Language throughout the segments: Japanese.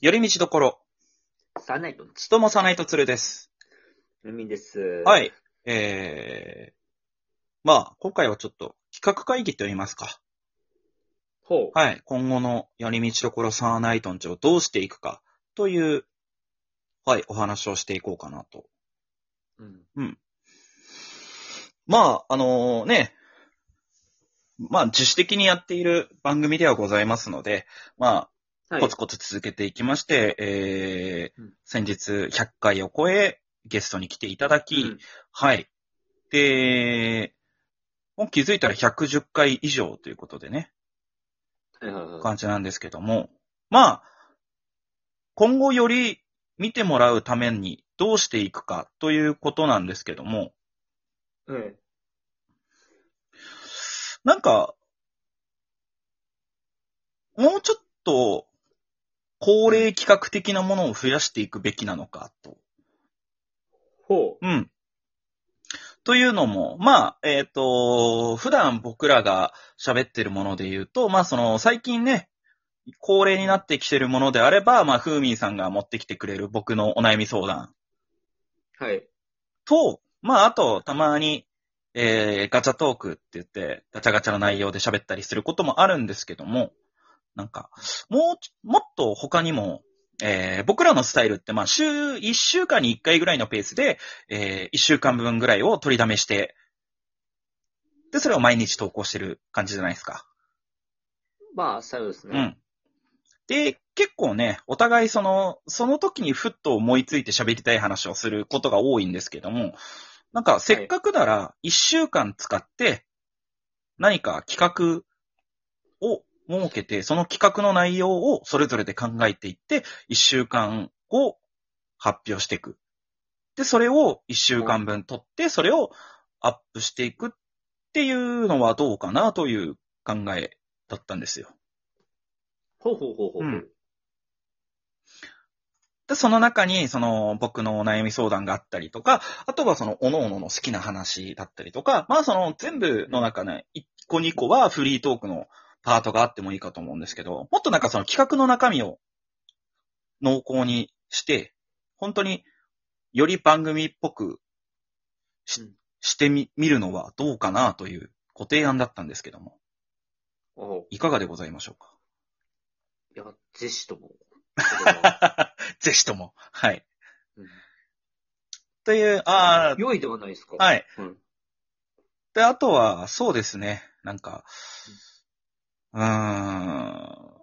寄り道どころ、サーナイトのつともさないとつるです。海です。。はいい。えー、まあ、今回はちょっと企画会議と言いますか。ほう。はい。今後の寄り道どころサーナイトンチをどうしていくかという、はい、お話をしていこうかなと。うん。まあ、あのね、まあ、自主的にやっている番組ではございますので、まあ、はいコ。ツコツ続けていきまして、えーうん先日100回を超え、ゲストに来ていただき、うんはい。で、もう気づいたら110回以上ということでね、はいはいはい感じなんですけども、まあ、今後より見てもらうためにどうしていくかということなんですけども、うん。なんか、もうちょっと、恒例企画的なものを増やしていくべきなのかと。ほうん。というのも、まあ、えっ、と、普段僕らが喋ってるもので言うと、まあ、その、最近ね、恒例になってきてるものであれば、まあ、ふーみんさんが持ってきてくれる僕のお悩み相談う。はい。と、まあ、あと、たまに、えー、ガチャトークって言って、ガチャガチャの内容で喋ったりすることもあるんですけども、なんか、もうちょ、もっと他にも、えー、僕らのスタイルって、まあ、週、1週間に1回ぐらいのペースで、え1週間分ぐらいを取りだめして、で、それを毎日投稿してる感じじゃないですか。まあ、そうですうね。ん。で、結構ね、お互いその、その時にふっと思いついて喋りたい話をすることが多いんですけども、なんかせっかくなら一週間使って何か企画を設けて、その企画の内容をそれぞれで考えていって、一週間を発表していく。で、それを一週間分取って、それをアップしていくっていうのはどうかなという考えだったんですよ。ほうほうほうほう。うんで、その中に、その、僕のお悩み相談があったりとか、あとはその、おののの好きな話だったりとか、まあその、全部の中ね、1個2個はフリートークのパートがあってもいいかと思うんですけど、もっとなんかその企画の中身を濃厚にして、本当により番組っぽくしうんしてみ、見るのはどうかなというご提案だったんですけども、おういかがでございましょうかいや、ぜ ひとも。ぜひとも。はい。うんという、ああ、良いではないですか。。はいい。うん。で、あとは、そうですね。なんか、うーん、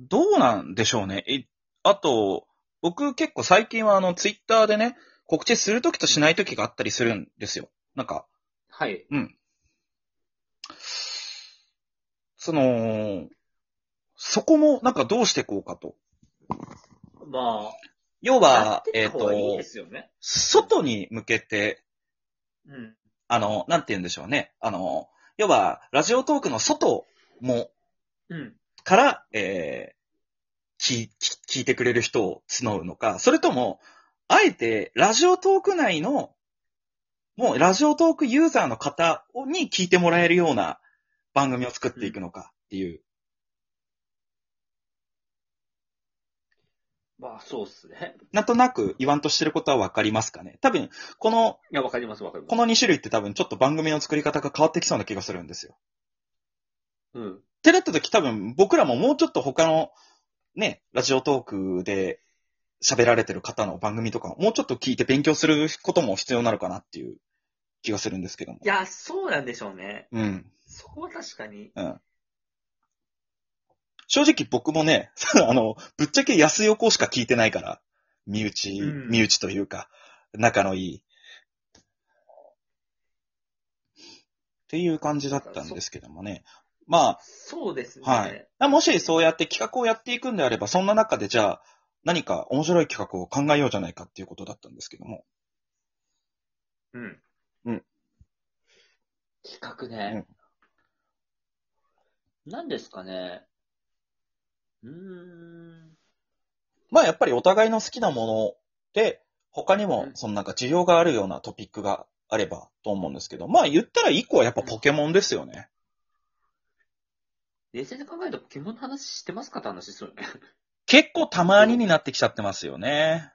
どうなんでしょうね。え、あと、僕結構最近はあの、ツイッターでね、告知するときとしないときがあったりするんですよ。なんか、はい。その、そこもなんかどうしていこうかと。ま要あ、は、やえってっ、った方がいいでと、すよね。外に向けて、うん。あの、なんて言うんでしょうね。あの、要は、ラジオトークの外もうん。から、えー、聞、聞聞いてくれる人を募るのか、それとも、あえて、ラジオトーク内の、もう、ラジオトークユーザーの方に聞いてもらえるような番組を作っていくのかっていう。まあ、そうっすね。なんとなく言わんとしてることはわかりますかね。多分、この、いや、わかりますわかります。この2種類って多分ちょっと番組の作り方が変わってきそうな気がするんですよ。うん。ってなった時多分僕らももうちょっと他のね、ラジオトークで喋られてる方の番組とかをもうちょっと聞いて勉強することも必要なのかなっていう気がするんですけどもい。や、そうなんでしょうね。うん。そこは確かに。正直僕もね、 あの、ぶっちゃけ安横しか聞いてないから、身内、うん身内というか、仲のいい。っていう感じだったんですけどもね。まあ、そうですね。はい。あもしそうやって企画をやっていくんであれば、そんな中でじゃあ、何か面白い企画を考えようじゃないかっていうことだったんですけども。うん。うん。企画ね。何ですかね。うーん。まあやっぱりお互いの好きなもので、他にもうんそのなんか需要があるようなトピックがあればと思うんですけど、まあ言ったら一個はやっぱポケモンですよね。冷静に考えると、ポケモンの話してますかって話ですよね。 結構たまにになってきちゃってますよね。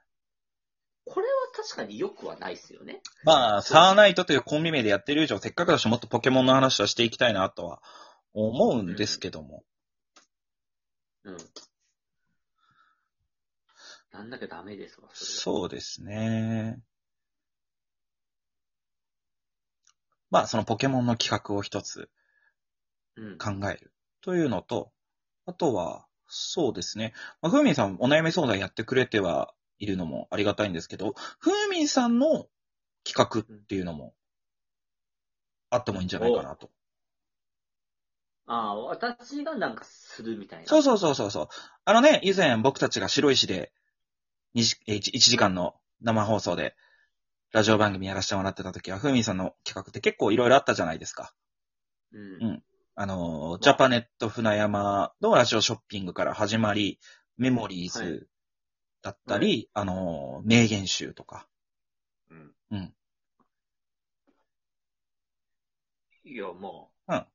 これは確かによくはないですよね。まあ、サーナイトというコンビ名でやってる以上、せっかくだしもっとポケモンの話はしていきたいなとは思うんですけども。うん。なんだかダメですわ、そそうですね。まあ、そのポケモンの企画を一つれは。うん。考えるというのと、あとは、そうですね。まあ、ふうみんさんお悩み相談やってくれてはいるのもありがたいんですけど、ふうみんさんの企画っていうのもあってもいいんじゃないかなと。ああ、私がなんかするみたいな。そうそうそうそうそう。あのね、以前僕たちが白石で2時えー 1, 時間の生放送でラジオ番組やらせてもらってた時は、ふうみんさんの企画って結構いろいろあったじゃないですか。う。うんん。あのー、ジャパネット船山のラジオショッピングから始まり、メモリーはズいだったり、あのー、名言集とか。うん。うんいや、まあ。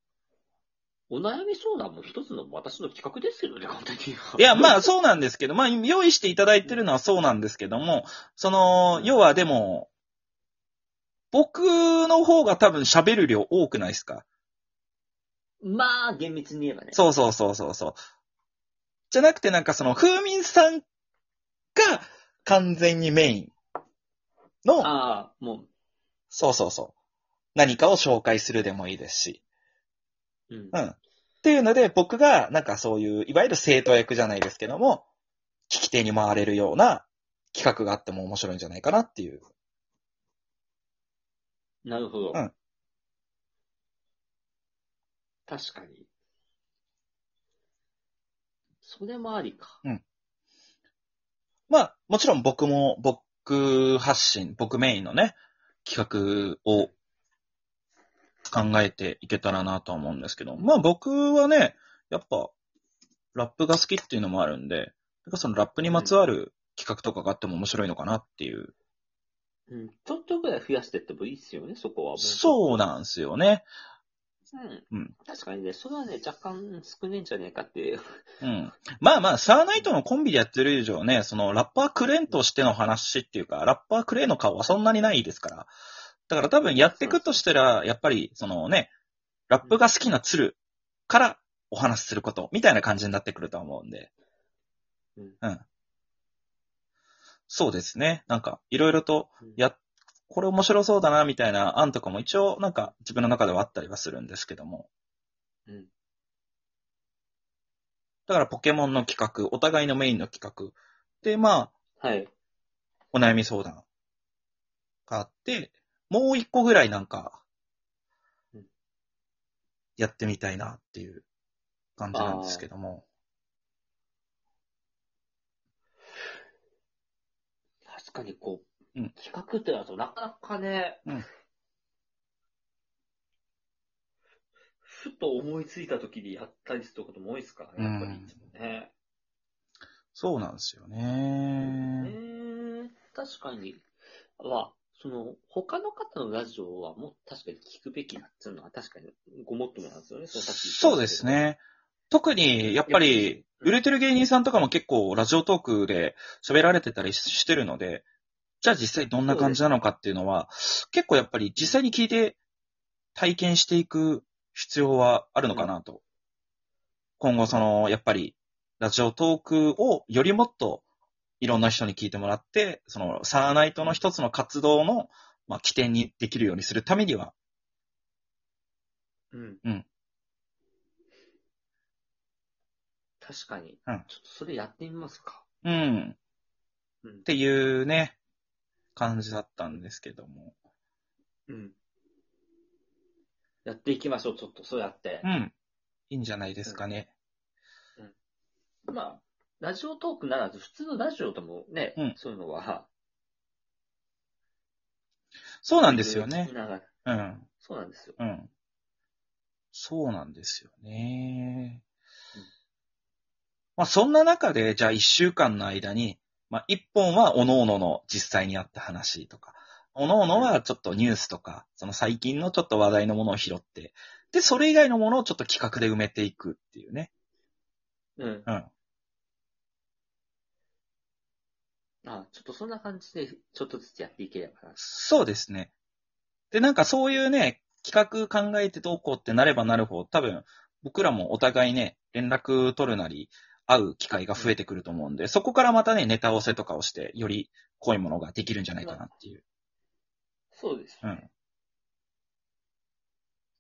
うん。お悩み相談も一つの私の企画ですけどね、完璧には。いや、 まあそうなんですけど、まあ用意していただいてるのはそうなんですけども、その、要はでも、僕の方が多分喋る量多くないですかまあ、厳密に言えばね。そうそうそうそうそう。じゃなくてなんかその、風民さんが完全にメインの、ああ、もそうそうそう。何かを紹介するでもいいですし。う。うん。うん。っていうので、僕がなんかそういう、いわゆる生徒役じゃないですけども、聞き手に回れるような企画があっても面白いんじゃないかなっていう。なるほど。うん確かに。それもありか。まあ、もちろん僕も、僕発信、僕メインのね、企画を考えていけたらなとは思うんですけど、まあ僕はね、やっぱ、ラップが好きっていうのもあるんで、なんかそのラップにまつわる企画とかがあっても面白いのかなっていう。うん。ちょっとぐらい増やしてってもいいっすよね、そこは。そうなんですよね。うん。うん確かにね、それはね、若干少ねえんじゃねえかっていう。 うん。まあまあ、サーナイトのコンビでやってる以上ね、そのラッパークレーンとしての話っていうか、ラッパークレーンの顔はそんなにないですから。だから多分やっていくとしたら、やっぱり、そのね、ラップが好きな鶴からお話しすること、みたいな感じになってくると思うんで。うんそうですね。なんか、いろいろと、や、これ面白そうだな、みたいな案とかも一応、なんか、自分の中ではあったりはするんですけども。うん。だからポケモンの企画、お互いのメインの企画。で、まあ、はい。お悩み相談があって、もう一個ぐらいなんかうん、やってみたいなっていう感じなんですけども。確かにこう、うん企画ってなるとなかなかね、うんふと思いついた時にやったりすることも多いですからね、やっぱりいつもね。そうなんですよね。ねえ確かに。は、その、他の方のラジオはもう確かに聞くべきなっていうのは確かにごもっともなんですよね、のさっき言ったそうです。ね。特に、やっぱり、売れてる芸人さんとかも結構ラジオトークで喋られてたりしてるので、じゃあ実際どんな感じなのかっていうのは、結構やっぱり実際に聞いて体験していく必要はあるのかなと。今後その、やっぱりラジオトークをよりもっといろんな人に聞いてもらって、そのサーナイトの一つの活動の、まあ、起点にできるようにするためには、うん。うん確かに。うんちょっとそれやってみますか。うん、うんっ。ていうね、感じだったんですけども。うん。やっていきましょう、ちょっと、そうやってう。ん。いいんじゃないですかね。まあ、ラジオトークならず、普通のラジオでもね、うんそういうのは。そうなんですよ聞ねき。ながらうん。そうなんですよ。うん。そうなんですよねうん。まあそんな中で、じゃあ一週間の間に、まあ一本は各々の実際にあった話とか、各々はちょっとニュースとか、その最近のちょっと話題のものを拾って、で、それ以外のものをちょっと企画で埋めていくっていうね。うん。うん。あちょっとそんな感じで、ちょっとずつやっていければな。そうですね。で、なんかそういうね、企画考えてどうこうってなればなるほど、多分、僕らもお互いね、連絡取るなり、会う機会が増えてくると思うんで、そこからまたね、ネタ合わせとかをして、より濃いものができるんじゃないかなっていう。そうですうね。ん。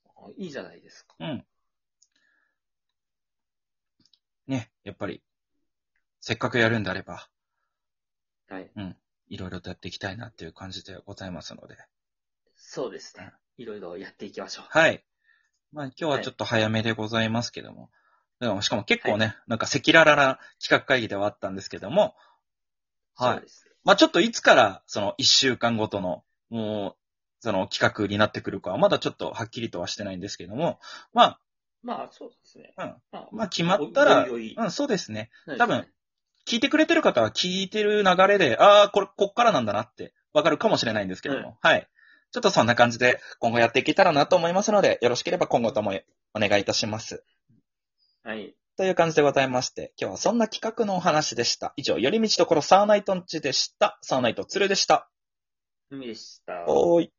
あいいじゃないですか。うん。ね、やっぱり、せっかくやるんであれば、はい。いろいろとやっていきたいなっていう感じでございますので。そうですね。いろいろやっていきましょう。はい。まあ今日はちょっと早めでございますけども。でもしかも結構ね、なんか赤裸々な企画会議ではあったんですけども、はいそうですね。まあちょっといつからその一週間ごとの、もう、その企画になってくるかはまだちょっとはっきりとはしてないんですけども、ままあ、そうですね。あ、まあうん、まあ決まったら、おいおいおいうん、そうですね。そうで多すね分聞いてくれてる方は聞いてる流れで、ああ、これ、こっからなんだなってわかるかもしれないんですけども、はい。ちょっとそんな感じで今後やっていけたらなと思いますので、よろしければ今後ともお願いいたします。はい。という感じでございまして、今日はそんな企画のお話でした。以上、寄り道ところサーナイトンチでした。サーナイトツルでした。海でした。おーい。